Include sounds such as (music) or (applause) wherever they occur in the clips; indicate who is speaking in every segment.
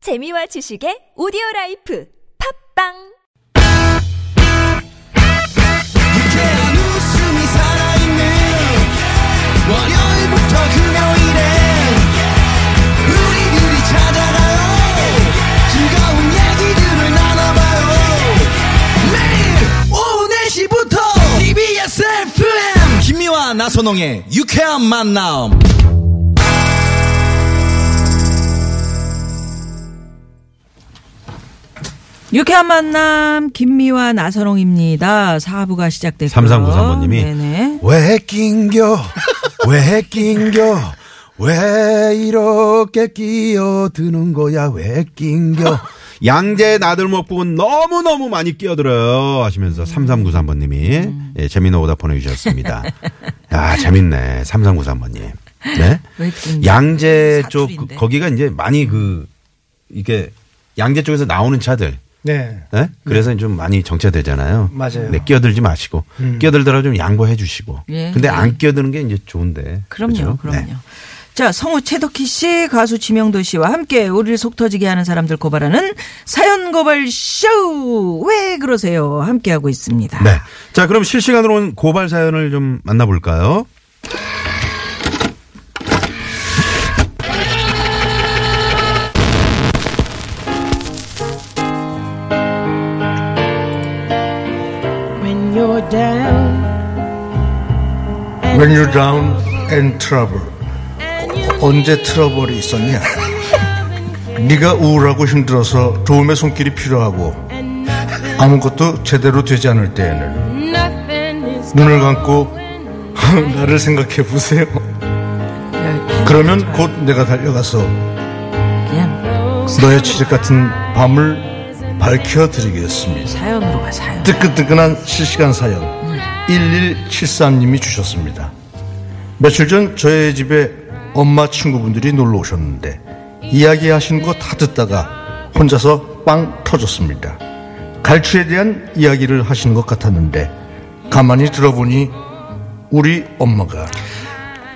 Speaker 1: 재미와 지식의 오디오 라이프 팝빵!
Speaker 2: 유쾌한 웃음이 살아있는 월요일부터 금요일에 우리들이 찾아가요 즐거운 얘기들을 나눠봐요 매일 오후 4시부터 TBS FM 김미와 나선홍의 유쾌한 만남
Speaker 3: 유쾌한 만남 김미화 나선홍입니다. 사부가 시작됐고요.
Speaker 4: 삼삼구삼번님이
Speaker 3: 네, 네네.
Speaker 4: 왜 낑겨 왜 낑겨 왜 이렇게 끼어드는 거야 왜 낑겨 양재 나들목 부분 너무너무 많이 끼어들어요 하시면서
Speaker 3: 음.
Speaker 4: 3393번님이 예, 재미있는 오답 보내주셨습니다. 야 재밌네 3393번님. 네?
Speaker 3: 왜 낑겨?
Speaker 4: 양재 쪽
Speaker 3: 사투리인데.
Speaker 4: 그- 거기가 이제 많이 그 이게 양재 쪽에서 나오는 차들
Speaker 5: 네.
Speaker 4: 예? 그래서 좀 많이 정체되잖아요.
Speaker 5: 맞아요. 음.
Speaker 4: 네, 끼어들지 마시고 끼어들더라도 좀 양보해 주시고.
Speaker 3: 예,
Speaker 4: 근데
Speaker 3: 예.
Speaker 4: 안 끼어드는 게 이제 좋은데.
Speaker 3: 그럼요,
Speaker 4: 그죠?
Speaker 3: 그럼요
Speaker 4: 네.
Speaker 3: 자, 성우 최덕희 씨, 가수 지명도 씨와 함께 우리를 속 터지게 하는 사람들 고발하는 사연 고발 쇼! 왜 그러세요? 함께하고 있습니다.
Speaker 4: 네. 자, 그럼 실시간으로 온 고발 사연을 좀 만나볼까요?
Speaker 6: When you're down
Speaker 5: When you're down and trouble.
Speaker 6: and you
Speaker 5: 언제
Speaker 6: (laughs)
Speaker 5: 트러블이 있었냐? 네가 우울하고 힘들어서 도움의 손길이 필요하고
Speaker 6: and nothing,
Speaker 5: 아무것도 제대로 되지 않을 때에는
Speaker 6: nothing is
Speaker 5: 눈을 감고 (laughs)
Speaker 6: going on.
Speaker 5: 나를 생각해 보세요. 그러면 곧 내가 달려가서
Speaker 3: 그냥
Speaker 5: 너의 치즈 같은 밤을 밝혀드리겠습니다.
Speaker 3: 사연으로 가, 사연.
Speaker 5: 뜨끈뜨끈한 실시간 사연 1173님이 주셨습니다. 며칠 전 저의 집에 엄마 친구분들이 놀러 오셨는데 이야기하신 거 다 듣다가 혼자서 빵 터졌습니다. 갈치에 대한 이야기를 하시는 것 같았는데 가만히 들어보니 우리 엄마가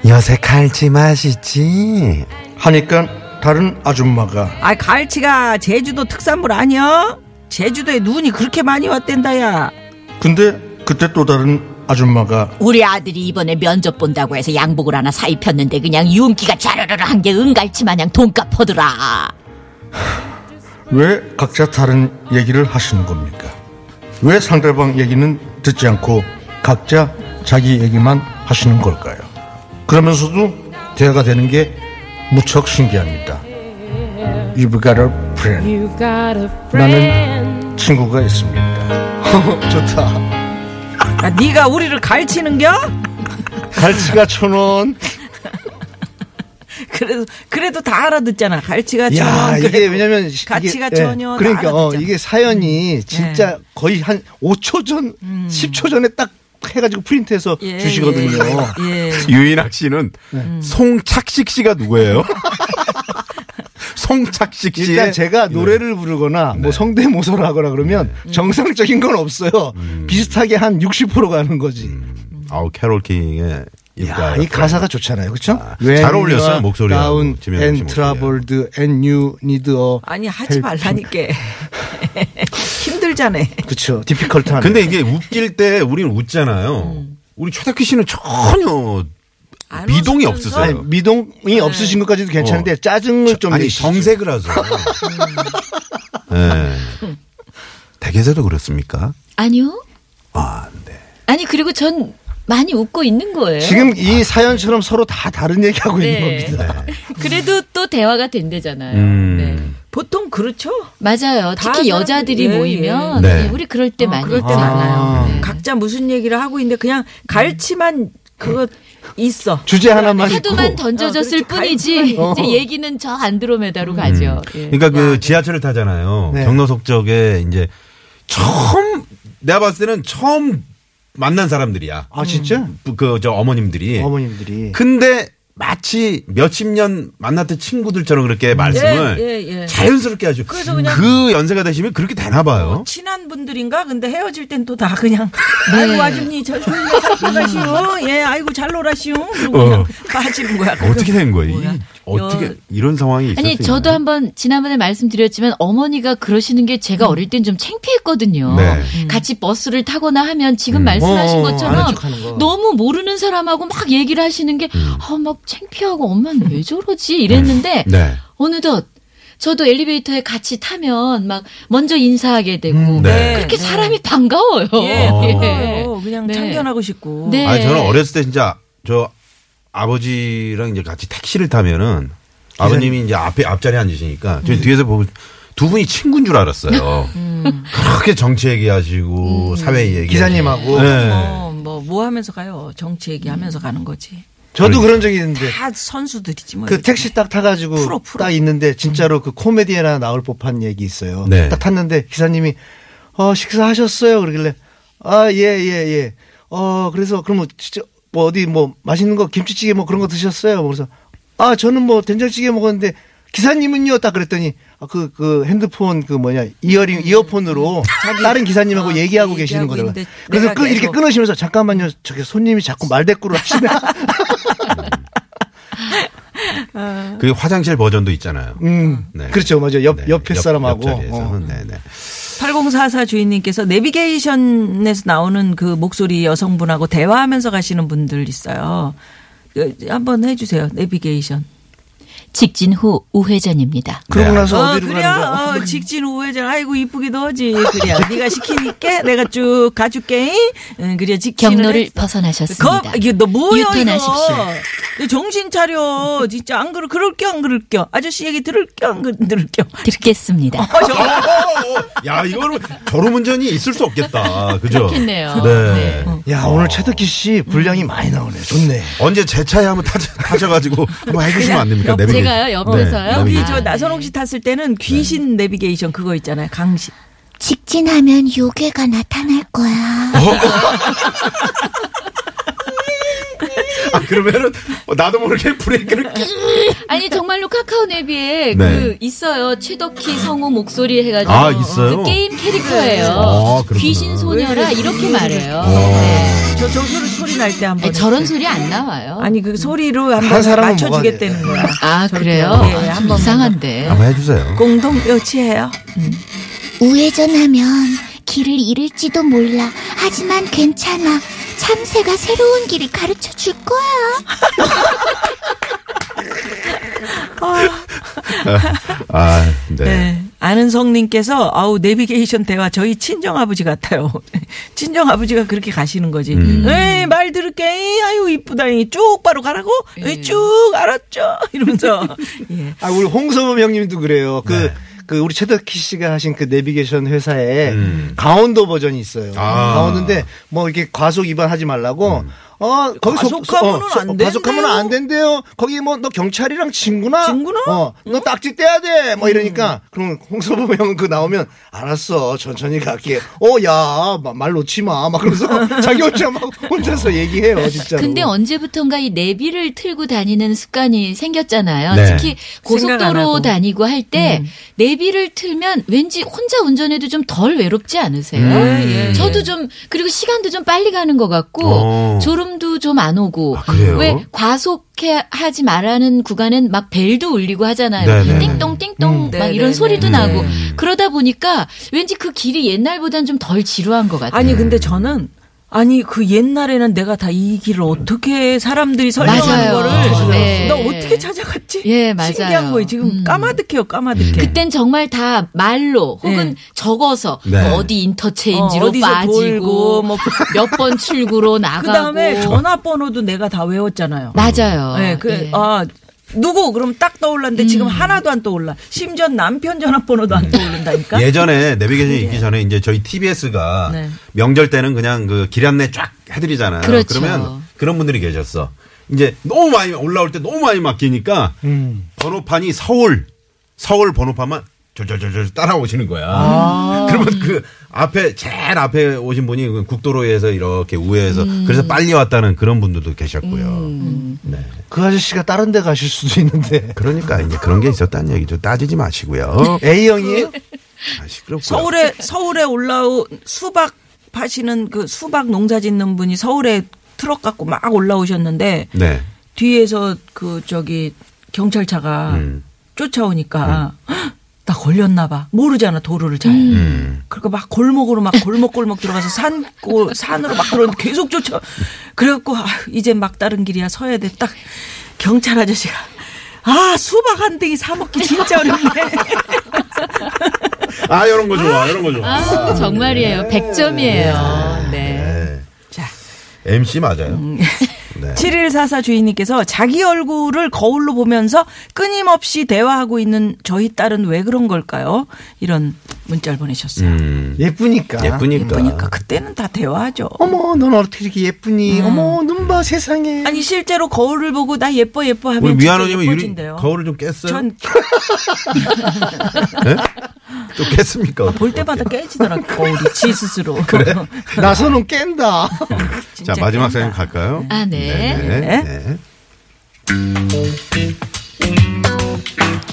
Speaker 4: 요새 칼치 맛있지?
Speaker 5: 하니까 다른 아줌마가
Speaker 3: 아, 갈치가 제주도 특산물 아니야? 제주도에 눈이 그렇게 많이 왔댄다, 야.
Speaker 5: 근데 그때 또 다른 아줌마가
Speaker 7: 우리 아들이 이번에 면접 본다고 해서 양복을 하나 사 입혔는데 그냥 윤기가 자르르르 한 게 은갈치 마냥 돈값 퍼더라.
Speaker 5: 왜 각자 다른 얘기를 하시는 겁니까? 왜 상대방 얘기는 듣지 않고 각자 자기 얘기만 하시는 걸까요? 그러면서도 대화가 되는 게 무척 신기합니다. You've got a friend.
Speaker 6: You've got a friend.
Speaker 5: 나는 친구가 있습니다. (laughs) 좋다.
Speaker 3: 야, 네가 우리를 갈치는겨? (laughs)
Speaker 5: 갈치가 천 원.
Speaker 3: 그래도 그래도 다 알아듣잖아. 갈치가
Speaker 5: 야,
Speaker 3: 전혀
Speaker 5: 이게 왜냐면 시-
Speaker 3: 가치가
Speaker 5: 이게,
Speaker 3: 전혀
Speaker 5: 예, 그러니까 어,
Speaker 3: 알아듣잖아.
Speaker 5: 이게 사연이 진짜
Speaker 3: 네.
Speaker 5: 거의 한 5초 전, 10초 전에 딱 해가지고 프린트해서
Speaker 3: 예,
Speaker 5: 주시거든요.
Speaker 3: 예. 예.
Speaker 4: 유인학 씨는
Speaker 5: 네.
Speaker 3: 음.
Speaker 4: 송착식
Speaker 3: (laughs)
Speaker 4: 씨가 누구예요? 송착식 씨의
Speaker 5: 일단 제가
Speaker 4: 네.
Speaker 5: 노래를 부르거나 뭐 성대모사를 하거나 그러면 정상적인 건 없어요.
Speaker 4: 음.
Speaker 5: 비슷하게 한 60% 가는 거지.
Speaker 4: 아우 캐롤 킹의
Speaker 5: 야, 이 가사가 좋잖아요. 그렇죠?
Speaker 4: 아, 잘 어울렸어요, 목소리하고
Speaker 5: 다운
Speaker 4: 지명도 씨
Speaker 5: 앤
Speaker 4: 목소리하고.
Speaker 5: 트러블드 앤 유 니드 어
Speaker 3: 아니 하지 말라니까. (laughs) 힘들잖아.
Speaker 5: 그렇죠. 디피컬트한
Speaker 4: 네. 근데 이게 웃길 때 우리는 웃잖아요.
Speaker 3: 음.
Speaker 4: 우리 최덕희 씨는 전혀
Speaker 3: 안
Speaker 4: 미동이
Speaker 3: 웃으면서-
Speaker 5: 아니,
Speaker 4: 없으세요.
Speaker 5: 미동이
Speaker 7: 네.
Speaker 5: 없으신 것까지도 괜찮은데 짜증을 좀
Speaker 4: 네. 어. 아니
Speaker 5: 내시죠.
Speaker 4: 정색을 하죠.
Speaker 5: (laughs)
Speaker 4: 예. 댁에서도 그렇습니까?
Speaker 7: 아니요.
Speaker 4: 아, 네.
Speaker 7: 아니 그리고 전 많이 웃고 있는 거예요.
Speaker 5: 지금 이 사연처럼 서로 다 다른 얘기하고
Speaker 7: 네.
Speaker 5: 있는 겁니다.
Speaker 7: (laughs)
Speaker 5: 음.
Speaker 7: 그래도 또 대화가 된대잖아요.
Speaker 3: 음.
Speaker 7: 네.
Speaker 3: 보통 그렇죠.
Speaker 7: 맞아요.
Speaker 3: 다 사람들이-
Speaker 7: 특히 여자들이
Speaker 3: 예, 어,
Speaker 7: 모이면
Speaker 4: 예. 네.
Speaker 7: 예, 우리 그럴 때 많이
Speaker 3: 그럴 때
Speaker 7: 있잖아요. 네.
Speaker 3: 많아요. 각자 무슨 얘기를 하고 있는데 그냥 갈치만 그거 있어.
Speaker 5: 주제 하나만 있고.
Speaker 7: 그러니까 하도만 던져졌을
Speaker 3: 어, 그렇죠.
Speaker 7: 뿐이지 이제 얘기는 저 안드로메다로
Speaker 5: 음.
Speaker 7: 가죠. 예.
Speaker 4: 그러니까
Speaker 3: 네.
Speaker 4: 그 지하철을 타잖아요.
Speaker 5: 네.
Speaker 4: 경로석 쪽에 이제 처음 내가 봤을 때는 처음 만난 사람들이야.
Speaker 5: 아 진짜?
Speaker 4: 그 저 어머님들이.
Speaker 7: 네.
Speaker 5: 어머님들이
Speaker 4: 근데 마치 몇십 년 만났던 친구들처럼 그렇게 말씀을
Speaker 3: 예, 예.
Speaker 4: 자연스럽게 하죠.
Speaker 3: 그래서 그냥- 어,
Speaker 4: 그 연세가 되시면 그렇게 되나 봐요.
Speaker 3: 친한 분들인가? 근데 헤어질 땐 또 다 그냥 (laughs)
Speaker 7: 네.
Speaker 3: 아이고 아줌니 잘 놀라시오. 예, 아이고 잘 놀라시오. 그리고 그냥
Speaker 4: 음. 어.
Speaker 3: 빠지는 거야.
Speaker 4: 어떻게 된 거예요?
Speaker 3: 뭐야.
Speaker 4: 이- 어떻게
Speaker 3: 여-
Speaker 4: 이런 상황이 있었어요?
Speaker 7: 아니 저도 한번 지난번에 말씀드렸지만 어머니가 그러시는 게 제가
Speaker 3: 음.
Speaker 7: 어릴 땐 좀 창피했거든요.
Speaker 4: 네.
Speaker 7: 같이 버스를 타거나 하면 지금 말씀하신
Speaker 4: 어,
Speaker 7: 것처럼
Speaker 4: 아는 척하는 거.
Speaker 7: 너무 모르는 사람하고 막 얘기를 하시는
Speaker 4: 음.
Speaker 7: 게 아 막 창피하고 엄마는 왜 저러지 이랬는데
Speaker 4: 네.
Speaker 7: 어느덧 저도 엘리베이터에 같이 타면 막 먼저 인사하게 되고
Speaker 4: 네.
Speaker 7: 그렇게 사람이 반가워요.
Speaker 3: 예,
Speaker 4: 어.
Speaker 3: 반가워요. 그냥
Speaker 7: 네.
Speaker 3: 참견하고 싶고.
Speaker 7: 네.
Speaker 4: 아니 저는 어렸을 때 진짜 저 아버지랑 이제 같이 택시를 타면은 아버님이 이제 앞에 앞자리에 앉으시니까 저희 뒤에서 보고 두 분이 친구인 줄 알았어요. 그렇게 정치 얘기하시고 사회 얘기
Speaker 5: 기사님하고.
Speaker 4: 네.
Speaker 3: 어, 뭐, 뭐 하면서 가요? 정치 얘기하면서 가는 거지.
Speaker 5: 저도 그런 적이 있는데
Speaker 3: 다 선수들이지 뭐.
Speaker 5: 네. 그 택시 딱 타가지고
Speaker 3: 풀어, 음. 풀어.
Speaker 5: 딱 있는데 진짜로 그 코미디에나 나올 법한 얘기 있어요.
Speaker 4: 네.
Speaker 5: 딱 탔는데 기사님이 어 식사하셨어요? 그러길래 아 예 예 예, 예. 어 그래서 그럼 뭐 진짜 뭐 어디 뭐 맛있는 거 김치찌개 뭐 그런 거 드셨어요? 그래서 아 저는 뭐 된장찌개 먹었는데 기사님은요 딱 그랬더니 그 그 핸드폰 그 뭐냐 이어링 이어폰으로 다른 기사님하고
Speaker 3: 아,
Speaker 5: 얘기하고
Speaker 3: 음.
Speaker 5: 계시는
Speaker 3: 얘기하고
Speaker 5: 거잖아요.
Speaker 3: 있는데
Speaker 5: 그래서
Speaker 3: 내가
Speaker 5: 끄, 이렇게
Speaker 3: 계속-
Speaker 5: 끊으시면서 잠깐만요 저기 손님이 자꾸
Speaker 3: (laughs)
Speaker 5: 말대꾸를 하시나
Speaker 4: 그 화장실 버전도 있잖아요.
Speaker 5: 음.
Speaker 4: 네.
Speaker 5: 그렇죠. 맞아요. 옆,
Speaker 4: 네,
Speaker 5: 옆에 사람하고.
Speaker 4: 옆자리에서는.
Speaker 5: 어.
Speaker 4: 네네.
Speaker 3: 8044 주인님께서 내비게이션에서 나오는 그 목소리 여성분하고 대화하면서 가시는 분들 있어요. 그, 한번 해주세요. 내비게이션.
Speaker 8: 직진 후 우회전입니다.
Speaker 5: 그러고
Speaker 4: 네.
Speaker 7: 아,
Speaker 5: 나서
Speaker 3: 어,
Speaker 5: 어디로
Speaker 3: 그래.
Speaker 5: 가는 거?
Speaker 3: 어, 직진 우회전. 아이고, 이쁘기도 하지. 그래. 네가 시키니까 내가 쭉 가줄게. 응, 그래. 직진을
Speaker 8: 경로를
Speaker 3: 했어.
Speaker 8: 벗어나셨습니다.
Speaker 3: 거- 이게 너 뭐야
Speaker 8: 유턴하십시오.
Speaker 3: 이거. 정신 차려. 진짜 안 그럴 그럴 겨 안 그럴 겨. 아저씨 얘기 들을 겨 안 그, 들을 겨.
Speaker 4: 어,
Speaker 8: 듣겠습니다.
Speaker 4: 야, 이거는 결혼 운전이 있을 수 없겠다. 그죠?
Speaker 7: 그렇겠네요.
Speaker 4: 네.
Speaker 5: 야, 오늘 최덕기 씨 분량이 많이 나오네. 좋네.
Speaker 4: 언제 제 차에 한번 타셔, 타셔가지고 한번 해주시면 안 됩니까? 내비게이션. 네.
Speaker 7: 제가요, 옆에서요?
Speaker 4: 내비게이션.
Speaker 3: 여기
Speaker 7: 아,
Speaker 3: 그 저
Speaker 7: 네.
Speaker 3: 나선홍 씨 탔을 때는 귀신
Speaker 5: 네.
Speaker 3: 내비게이션 그거 있잖아요. 강식.
Speaker 9: 직진하면 요괴가 나타날 거야.
Speaker 4: 아, (laughs) 그러면은 나도 모르게 브레이크를 끼.
Speaker 7: 아니 정말로 카카오 내비에
Speaker 4: 네.
Speaker 7: 그 있어요 최덕희 성우 목소리 해가지고
Speaker 4: 아, 있어요?
Speaker 7: 그 게임 캐릭터예요
Speaker 4: 아, 그렇구나. 어.
Speaker 7: 귀신 소녀라 이렇게 말해요
Speaker 3: 저 저 소리 소리 날 때 한번.
Speaker 7: 아니, 저런 소리 안 나와요
Speaker 3: 아니 그 소리로
Speaker 5: 한
Speaker 3: 한번
Speaker 5: 사람은
Speaker 3: 맞춰주겠다는 거야.
Speaker 7: 아 그래요
Speaker 3: 예,
Speaker 7: 아,
Speaker 3: 한
Speaker 7: 좀
Speaker 3: 번만
Speaker 7: 이상한데
Speaker 4: 한번 해주세요.
Speaker 3: 공동 묘치예요.
Speaker 9: 우회전하면 길을 잃을지도 몰라. 하지만 괜찮아. 참새가 새로운 길을 가르쳐 줄 거야.
Speaker 4: 아, 네.
Speaker 3: 네. 아는 성님께서 아우 내비게이션 대화 저희 친정 아버지 같아요. (laughs) 친정 아버지가 그렇게 가시는 거지.
Speaker 5: 음.
Speaker 3: 에이 말 들을게. 에이, 아유 이쁘다니 쭉 바로 가라고.
Speaker 7: 예.
Speaker 3: 에이, 쭉 알았죠. (laughs) 이러면서 예.
Speaker 5: 아, 우리 홍서범 형님도 그래요. 그, 그 우리 최덕희 씨가 하신 그 내비게이션 회사에
Speaker 4: 음.
Speaker 5: 강원도 버전이 있어요.
Speaker 4: 아.
Speaker 5: 강원도인데 뭐 이렇게 과속 위반하지 말라고 어, 거기 속-
Speaker 3: 과속하면은
Speaker 5: 어, 속-
Speaker 3: 안
Speaker 5: 과속하면
Speaker 3: 된대요.
Speaker 5: 안 된대요. 거기 뭐 너 경찰이랑 친구나?
Speaker 3: 친구나? 음.
Speaker 5: 어, 너 딱지 떼야 돼. 뭐 이러니까 그럼 홍서범 형은 그 나오면 알았어. 천천히 갈게. 어, 야, 마- 말 놓지 마. 막
Speaker 3: (laughs)
Speaker 5: 그러면서 자기 혼자 막 혼자서 얘기해요, 진짜로.
Speaker 7: 근데
Speaker 3: 어-
Speaker 7: 언제부턴가 이 내비를 틀고 다니는 습관이 생겼잖아요.
Speaker 4: 네.
Speaker 7: 특히
Speaker 3: 생각 안 하고. 음.
Speaker 7: 고속도로 다니고 할 때 내비를 틀면 왠지 혼자 운전해도 좀 덜 외롭지 않으세요?
Speaker 4: 예, 예,
Speaker 7: 저도 좀 그리고 시간도 좀 빨리 가는 것 같고
Speaker 4: 어.
Speaker 7: 졸음도 좀 안 오고
Speaker 4: 아, 그래요?
Speaker 7: 왜 과속해 하지 말라는 구간엔 막 벨도 울리고 하잖아요.
Speaker 4: 네네.
Speaker 7: 띵동 띵동 막
Speaker 3: 네네네.
Speaker 7: 이런 소리도
Speaker 3: 음.
Speaker 7: 나고 그러다 보니까 왠지 그 길이 옛날보단 좀 덜 지루한 것 같아요.
Speaker 3: 아니 근데 저는 아니 그 옛날에는 내가 다 이 길을 어떻게 사람들이 설명하는
Speaker 7: 맞아요.
Speaker 3: 거를
Speaker 7: 네.
Speaker 3: 나 어떻게 찾아갔지?
Speaker 7: 예, 맞아요.
Speaker 3: 신기한 거예요. 지금
Speaker 7: 음.
Speaker 3: 까마득해요. 까마득해.
Speaker 7: 그땐 정말 다 말로 혹은
Speaker 3: 네.
Speaker 7: 적어서
Speaker 4: 네.
Speaker 7: 뭐 어디
Speaker 3: 어,
Speaker 7: 인터체인지로
Speaker 3: 어디서 돌고
Speaker 7: 빠지고
Speaker 3: 뭐
Speaker 7: (laughs) 몇 번 출구로 나가고
Speaker 3: 그다음에 전화번호도 내가 다 외웠잖아요.
Speaker 7: 맞아요.
Speaker 3: 네, 그,
Speaker 7: 예. (laughs) 음.
Speaker 3: 아, 누구? 그럼 딱 떠올랐는데 지금 하나도 안 떠올라. 심지어 남편 전화번호도 안
Speaker 7: 네. (laughs)
Speaker 3: 떠오른다니까?
Speaker 4: 예전에 내비게이션 있기 전에 이제 저희 TBS가
Speaker 3: 네.
Speaker 4: 명절 때는 그냥 그 길 안내 쫙 해드리잖아요.
Speaker 7: 그렇죠.
Speaker 4: 러면 그런 분들이 계셨어. 이제 너무 음. 많이 올라올 때 너무 많이 막히니까 번호판이 서울 서울 번호판만 졸졸졸졸 따라오시는 거야.
Speaker 7: 아.
Speaker 4: 그러면 그 앞에 제일 앞에 오신 분이 그 국도로에서 이렇게 우회해서
Speaker 7: 음.
Speaker 4: 그래서 빨리 왔다는 그런 분들도 계셨고요. 네.
Speaker 5: 그 아저씨가 다른 데 가실 수도 있는데.
Speaker 4: 그러니까 이제 그런 게 있었다는 얘기죠. 따지지 마시고요.
Speaker 3: 그
Speaker 5: A형이에요?
Speaker 4: 아, 시끄럽고요.
Speaker 3: 서울에 서울에 올라온 수박 파시는 그 수박 농사 짓는 분이 서울에 트럭 갖고 막 올라오셨는데
Speaker 4: 네.
Speaker 3: 뒤에서 그 저기 경찰차가
Speaker 4: 음.
Speaker 3: 쫓아오니까 "헉, 나 걸렸나 봐 모르잖아 도로를 잘
Speaker 4: 음.
Speaker 3: 그러니까 막 골목으로 막 골목골목 들어가서 산, 고, 산으로 막 들어오는데 계속 쫓아. 그래갖고, 아, 이제 막 다른 길이야. 서야 돼. 딱 경찰 아저씨가. 아, 수박 한 덩이 사먹기 진짜 어렵네.
Speaker 4: 아, 이런 거 좋아. 이런 거 좋아.
Speaker 10: 아, 정말이에요. 100점이에요. 네.
Speaker 4: 네.
Speaker 3: 자.
Speaker 4: MC 맞아요. (laughs) 네.
Speaker 3: 7144 주인님께서 자기 얼굴을 거울로 보면서 끊임없이 대화하고 있는 저희 딸은 왜 그런 걸까요? 이런 문자를 보내셨어요.
Speaker 4: 음.
Speaker 5: 아, 예쁘니까.
Speaker 4: 예쁘니까.
Speaker 3: 예쁘니까 그때는 다 대화하죠.
Speaker 5: 어머, 넌 어떻게 이렇게
Speaker 4: 음.
Speaker 5: 예쁘니? 어머, 눈 봐 세상에.
Speaker 3: 아니 실제로 거울을 보고 나 예뻐 예뻐 하면
Speaker 4: 우리
Speaker 3: 진짜
Speaker 4: 미아노님은 유리
Speaker 3: 예뻐진대요.
Speaker 4: 거울을 좀 깼어요?
Speaker 3: 전
Speaker 4: 네? 좀 깼습니까?
Speaker 3: 볼 때마다 깨지더라고 거울이 지
Speaker 4: (laughs)
Speaker 3: 스스로. (laughs)
Speaker 5: 나서는 깬다.
Speaker 4: 자, 마지막 사연 갈까요?
Speaker 10: 아, 네.
Speaker 4: 네. 네.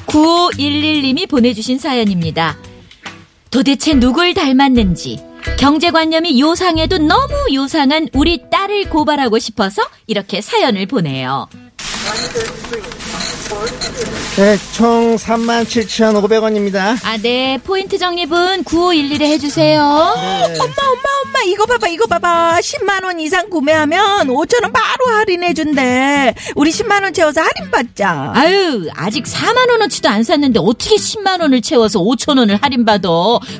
Speaker 7: 9511님이 보내주신 사연입니다. 도대체 누굴 닮았는지 경제관념이 요상해도 너무 요상한 우리 딸을 고발하고 싶어서 이렇게 사연을 보내요.
Speaker 5: 네, 총 37,500원입니다.
Speaker 7: 아, 네. 포인트 정립은 9511에 해주세요.
Speaker 5: 네.
Speaker 3: 엄마 엄마 엄마 이거 봐봐 이거 봐봐 10만 원 이상 구매하면 5천 원 바로 할인해 준대. 우리 10만 원 채워서 할인 받자.
Speaker 7: 아유, 아직 4만원어치도 안 샀는데 어떻게 10만원을 채워서 5천원을 할인받아.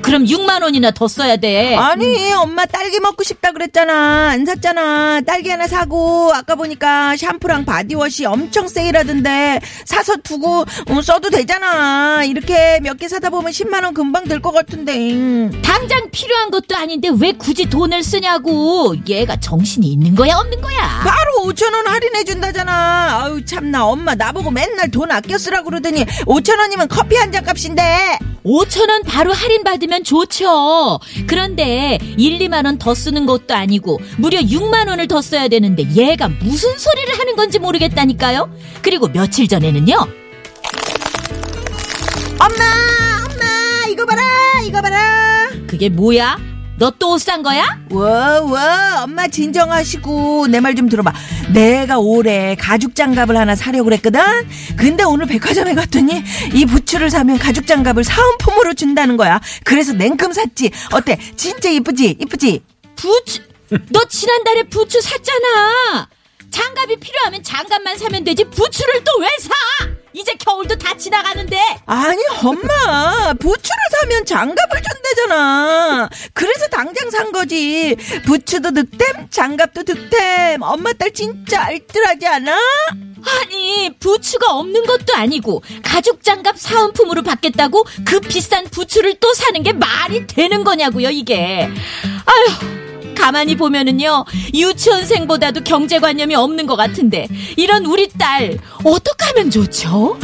Speaker 7: 그럼 6만원이나 더 써야 돼.
Speaker 3: 아니 엄마 딸기 먹고 싶다 그랬잖아 안 샀잖아 딸기 하나 사고 아까 보니까 샴푸랑 바디워시 엄청 세일하던데 사서 두고 어, 써도 되잖아 이렇게 몇 개 사다 보면 10만 원 금방 들 것 같은데 음.
Speaker 7: 당장 필요한 것도 아닌데 왜 굳이 돈을 쓰냐고. 얘가 정신이 있는 거야, 없는 거야.
Speaker 3: 바로 5천 원 할인해 준다잖아 아유 참나 엄마 나보고 맨날 돈 아껴 쓰라 그러더니 5천 원이면 커피 한 잔 값인데
Speaker 7: 5천원 바로 할인받으면 좋죠. 그런데 1, 2만원 더 쓰는 것도 아니고 무려 6만원을 더 써야 되는데 얘가 무슨 소리를 하는 건지 모르겠다니까요. 그리고 며칠 전에는요.
Speaker 3: 엄마 엄마 이거 봐라 이거 봐라
Speaker 7: 그게 뭐야? 너 또 옷 산 거야?
Speaker 3: 워워 엄마 진정하시고 내 말 좀 들어봐 내가 올해 가죽 장갑을 하나 사려고 그랬거든 근데 오늘 백화점에 갔더니 이 부츠를 사면 가죽 장갑을 사은품으로 준다는 거야 그래서 냉큼 샀지 어때 진짜 이쁘지 이쁘지
Speaker 7: 부츠 너 지난달에 부츠 샀잖아 장갑이 필요하면 장갑만 사면 되지 부츠를 또 왜 사 이제 겨울도 다 지나가는데
Speaker 3: 아니 엄마 부츠를 사면 장갑을 준다잖아 그래서 당장 산 거지 부츠도 득템 장갑도 득템 엄마 딸 진짜 알뜰하지 않아?
Speaker 7: 아니 부츠가 없는 것도 아니고 가죽 장갑 사은품으로 받겠다고 그 비싼 부츠를 또 사는 게 말이 되는 거냐고요 이게 아휴 가만히 보면은요 유치원생보다도 경제관념이 없는 것 같은데 이런 우리 딸 어떻게 하면 좋죠?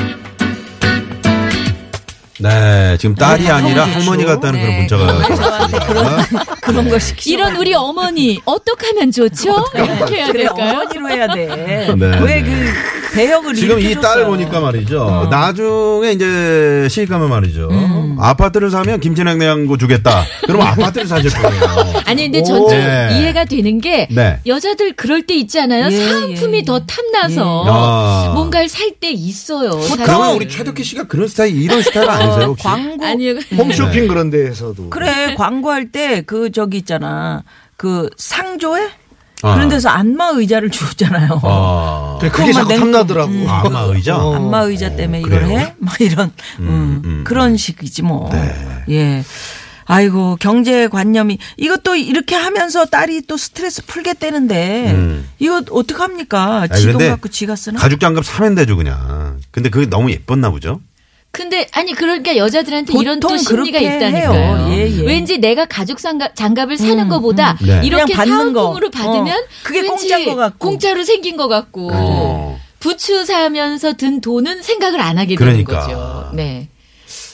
Speaker 4: 네, 지금 딸이 아니라 할머니 같다는 그런 문자가 왔습니다.
Speaker 3: 그런 걸 시키지
Speaker 7: 이런 우리 어머니 어떻게 하면 좋죠? 이렇게 해야
Speaker 3: 그래
Speaker 7: 될까요?
Speaker 3: 어머니로 해야 돼.
Speaker 4: (laughs) 네, 네.
Speaker 3: 왜 그 대형을
Speaker 4: (laughs) 지금
Speaker 3: 이렇게
Speaker 4: 이 딸
Speaker 3: 줬어요?
Speaker 4: 보니까 말이죠. 나중에 이제 시집가면 말이죠. 아파트를 사면 김치냉 냉장고 주겠다. 그럼 아파트를 사실 거예요.
Speaker 7: 아니 근데 전체
Speaker 4: 네.
Speaker 7: 이해가 되는 게
Speaker 4: 네.
Speaker 7: 여자들 그럴 때 있잖아요.
Speaker 3: 예,
Speaker 7: 사은품이
Speaker 3: 예.
Speaker 7: 더 탐나서
Speaker 4: 예. 아.
Speaker 7: 뭔가를 살 때 있어요. 사실.
Speaker 4: 그러면 우리 최덕희 씨가 그런 스타일 이런 스타일 아니세요? 혹시?
Speaker 3: 광고
Speaker 7: 아니요.
Speaker 4: 네.
Speaker 7: 네.
Speaker 5: 홈쇼핑 그런 데에서도.
Speaker 3: 그래 광고할 때 그 저기 있잖아 그 상조에
Speaker 4: 아.
Speaker 3: 그런 데서 안마 의자를 주잖아요.
Speaker 4: 아,
Speaker 5: 근데 그게 자꾸
Speaker 3: 그것만
Speaker 5: 탐나더라고.
Speaker 4: 아, 안마 의자?
Speaker 5: 어.
Speaker 3: 안마 의자 때문에 이걸
Speaker 4: 그래요?
Speaker 3: 해? 막 이런 음,
Speaker 4: 음. 네.
Speaker 3: 그런 식이지 뭐. 예. 아이고 경제 관념이 이것도 이렇게 하면서 딸이 또 스트레스 풀게 되는데
Speaker 4: 음.
Speaker 3: 이거 어떡 합니까?
Speaker 4: 아니,
Speaker 3: 지 돈
Speaker 4: 근데
Speaker 3: 갖고 지가 쓰나?
Speaker 4: 가죽 장갑 사면 되죠 그냥. 근데 그게 너무 예뻤나 보죠.
Speaker 7: 근데 아니 그러니까 여자들한테
Speaker 3: 보통
Speaker 7: 이런 또
Speaker 3: 그렇게
Speaker 7: 심리가 있다니까요.
Speaker 3: 해요. 예, 예.
Speaker 7: 왠지 내가 가죽 상가, 장갑을 사는 것보다
Speaker 4: 음. 네.
Speaker 7: 이렇게
Speaker 3: 그냥 받는 거.
Speaker 7: 사은품으로 받으면
Speaker 3: 어. 그게
Speaker 7: 왠지
Speaker 3: 공짜인 것 같고.
Speaker 7: 공짜로 생긴 것 같고
Speaker 4: 어.
Speaker 7: 부츠 사면서 든 돈은 생각을 안 하게 되는
Speaker 4: 그러니까.
Speaker 7: 거죠. 네.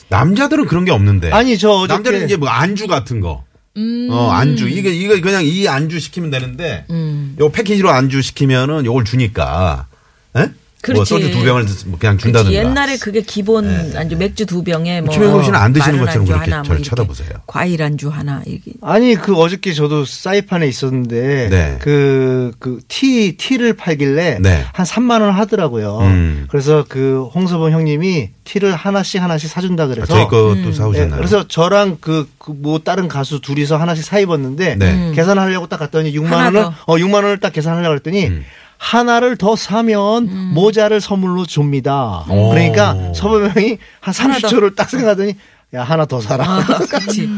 Speaker 4: 남자들은 그런 게 없는데.
Speaker 5: 아니, 저 어저께-
Speaker 4: 남자는 이제 뭐 안주 같은 거.
Speaker 3: 음.
Speaker 4: 어 안주 이게 이거 그냥 이 안주 시키면 되는데
Speaker 3: 음.
Speaker 4: 요 패키지로 안주 시키면은 요걸 주니까 에? 뭐
Speaker 3: 그렇지.
Speaker 4: 소주 두 병을 뭐 그냥 준다든가
Speaker 3: 그치,
Speaker 4: 네,
Speaker 3: 옛날에 그게 기본 안주 맥주 두 병에 뭐
Speaker 4: 김혜경 씨는 안 드시는
Speaker 3: 마른
Speaker 4: 것처럼
Speaker 3: 안주
Speaker 4: 그렇게
Speaker 3: 하나, 뭐
Speaker 4: 저를
Speaker 3: 이렇게
Speaker 4: 쳐다보세요.
Speaker 3: 과일 안주 하나 이게
Speaker 5: 아니 그 어저께 저도 사이판에 있었는데
Speaker 4: 네.
Speaker 5: 그 그 티 티를 팔길래
Speaker 4: 네.
Speaker 5: 한 3만 원 하더라고요.
Speaker 4: 음.
Speaker 5: 그래서 그 홍서범 형님이 티를 하나씩 하나씩 사준다
Speaker 4: 아,
Speaker 5: 그래서
Speaker 4: 저희 것도
Speaker 3: 음.
Speaker 4: 사오셨나요?
Speaker 5: 네, 그래서 저랑 그 뭐 다른 가수 둘이서 하나씩 사 입었는데
Speaker 4: 네. 음.
Speaker 5: 계산하려고 딱 갔더니 6만
Speaker 3: 하나
Speaker 5: 원을
Speaker 3: 더.
Speaker 5: 어 6만 원을 딱 계산하려고 했더니
Speaker 4: 음.
Speaker 5: 하나를 더 사면
Speaker 3: 음.
Speaker 5: 모자를 선물로 줍니다.
Speaker 4: 오.
Speaker 5: 그러니까 서범 형이 한
Speaker 3: 하나 더.
Speaker 5: 30초를 딱 생각하더니 야 하나 더 사라. (laughs)
Speaker 3: 아, 그렇지.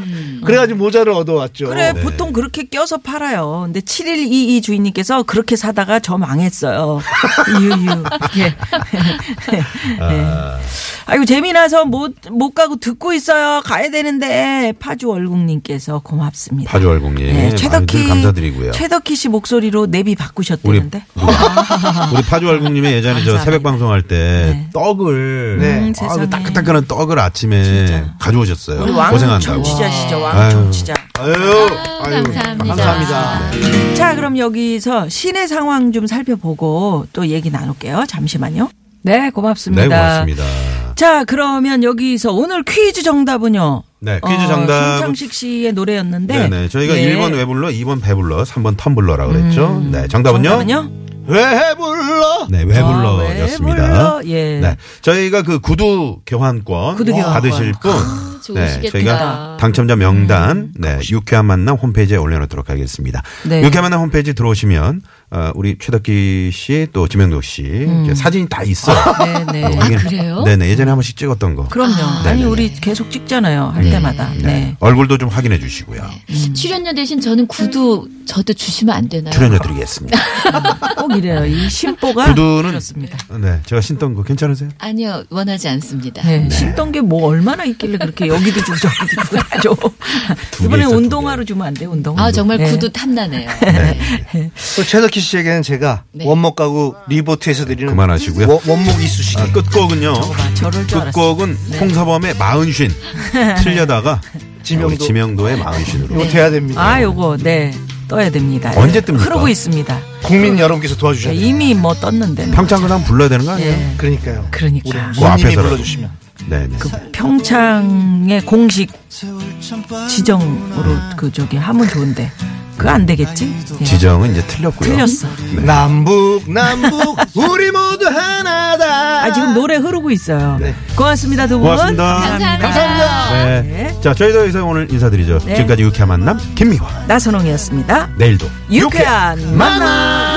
Speaker 5: 그래가지고 모자를 얻어왔죠.
Speaker 3: 그래
Speaker 4: 네.
Speaker 3: 보통 그렇게 껴서 팔아요. 근데 7122 주인님께서 그렇게 사다가 저 망했어요. (laughs) 유유. 예. 네.
Speaker 4: 아,
Speaker 3: 아이고 재미나서 못 못 가고 듣고 있어요. 가야 되는데 파주 얼국님께서 고맙습니다.
Speaker 4: 파주 얼공님
Speaker 3: 예,
Speaker 4: 많이들 감사드리고요.
Speaker 3: 최덕희 씨 목소리로 내비
Speaker 4: 우리
Speaker 3: 바꾸셨다는데. 아.
Speaker 4: 우리 파주 얼국님의 예전에 저
Speaker 3: 감사합니다.
Speaker 4: 새벽 방송할 때 떡을
Speaker 5: 네.
Speaker 3: 음,
Speaker 4: 아,
Speaker 3: 세상에.
Speaker 4: 그 따끈따끈한 떡을 아침에 가져오셨어요.
Speaker 3: 우리 왕
Speaker 4: 고생한다고.
Speaker 3: 청취자시죠. 왕
Speaker 4: 아유.
Speaker 3: 청취자.
Speaker 4: 아유, 아유,
Speaker 10: 감사합니다.
Speaker 5: 감사합니다.
Speaker 3: 자, 그럼 여기서 시내 상황 좀 살펴보고 또 얘기 나눌게요. 잠시만요. 네, 고맙습니다.
Speaker 4: 네, 고맙습니다.
Speaker 3: 자, 그러면 여기서 오늘 퀴즈 정답은요.
Speaker 4: 네, 퀴즈
Speaker 3: 어,
Speaker 4: 정답은-
Speaker 3: 손창식 씨의 노래였는데.
Speaker 4: 네, 네. 저희가
Speaker 3: 예.
Speaker 4: 1번 외불러, 2번 배불러, 3번 텀블러라 그랬죠. 네, 정답은요?
Speaker 3: 정답은요?
Speaker 5: 왜 불러?
Speaker 4: 네,
Speaker 3: 아,
Speaker 4: 외불러였습니다.
Speaker 3: 외불러, 예.
Speaker 4: 네, 저희가 그 구두 교환권
Speaker 3: 구두 교환권.
Speaker 4: 받으실 분, 네,
Speaker 10: 좋으시겠다.
Speaker 4: 저희가 당첨자 명단, 네, 유쾌한 만남 홈페이지에 올려놓도록 하겠습니다.
Speaker 3: 네.
Speaker 4: 유쾌한 만남 홈페이지 들어오시면 어, 우리 최덕기 씨, 또 지명도 씨 이제 사진이 다 있어요.
Speaker 3: 네, 네.
Speaker 4: 어, 확인-
Speaker 10: 그래요?
Speaker 4: 네, 네, 예전에 한 번씩 찍었던 거.
Speaker 3: 그럼요. 아,
Speaker 4: 네,
Speaker 3: 니
Speaker 4: 네,
Speaker 3: 우리 계속 찍잖아요. 할 때마다. 네.
Speaker 4: 얼굴도 좀 확인해 주시고요.
Speaker 10: 음. 출연료 대신 저는 구두 저도 주시면 안 되나요?
Speaker 4: 출연료 드리겠습니다.
Speaker 3: 꼭 이래요. 이 심보가
Speaker 4: 구두는-
Speaker 3: 그렇습니다.
Speaker 4: (laughs) 네, 제가 신던 거 괜찮으세요?
Speaker 10: 아니요 원하지 않습니다.
Speaker 3: (laughs) 네. 신던 게 뭐 얼마나 있길래 그렇게 여기도 주고 저기도 주고 다 줘.
Speaker 4: 두
Speaker 3: 이번에
Speaker 4: 개 있어, 두
Speaker 3: 운동화로 주면 안 돼, 운동화.
Speaker 10: 아 정말
Speaker 3: 네.
Speaker 10: 구두 탐나네요.
Speaker 5: 또 최덕희 씨에게는 제가
Speaker 10: 네.
Speaker 5: 원목 가구 리보트에서 드리는
Speaker 4: 그만하시고요.
Speaker 5: 원- 원목 이쑤시개.
Speaker 4: 아, 끝곡은요.
Speaker 3: 봐, 저럴 줄 알았어.
Speaker 4: 끝곡은 홍서범의 (laughs) 마흔쉰 틀려다가
Speaker 5: 지명도.
Speaker 4: 우리 네. 지명도의 마흔쉰으로
Speaker 5: 이거 돼야 됩니다.
Speaker 3: 아, 요거, 네. 떠야 됩니다.
Speaker 4: 언제
Speaker 3: 예.
Speaker 4: 뜹니까? 네,
Speaker 3: 흐르고 있습니다.
Speaker 5: 국민 여러분께서
Speaker 3: 예,
Speaker 5: 도와주셔야 돼요.
Speaker 3: 이미 뭐 떴는데.
Speaker 4: 평창도 한번 불러야 되는 거 아니에요?
Speaker 3: 예.
Speaker 5: 그러니까요. 우리
Speaker 3: 그러니까.
Speaker 4: 그
Speaker 5: 님이
Speaker 4: 앞에서라도.
Speaker 5: 불러주시면.
Speaker 4: 네네.
Speaker 3: 평창의 공식 지정으로 그 저기 하면 좋은데. 그거 안 되겠지? 예.
Speaker 4: 지정은 이제 틀렸고요.
Speaker 3: 틀렸어.
Speaker 5: 남북 남북 우리 모두 하나다.
Speaker 3: 아, 지금 노래 흐르고 있어요. 고맙습니다, 두 분.
Speaker 4: 네. 고맙습니다.
Speaker 10: 감사합니다.
Speaker 4: 네. 자, 저희도 여기서 오늘 인사드리죠. 지금까지 유쾌한 만남 김미화.
Speaker 3: 나선홍이었습니다.
Speaker 4: 내일도
Speaker 3: 유쾌한 만남!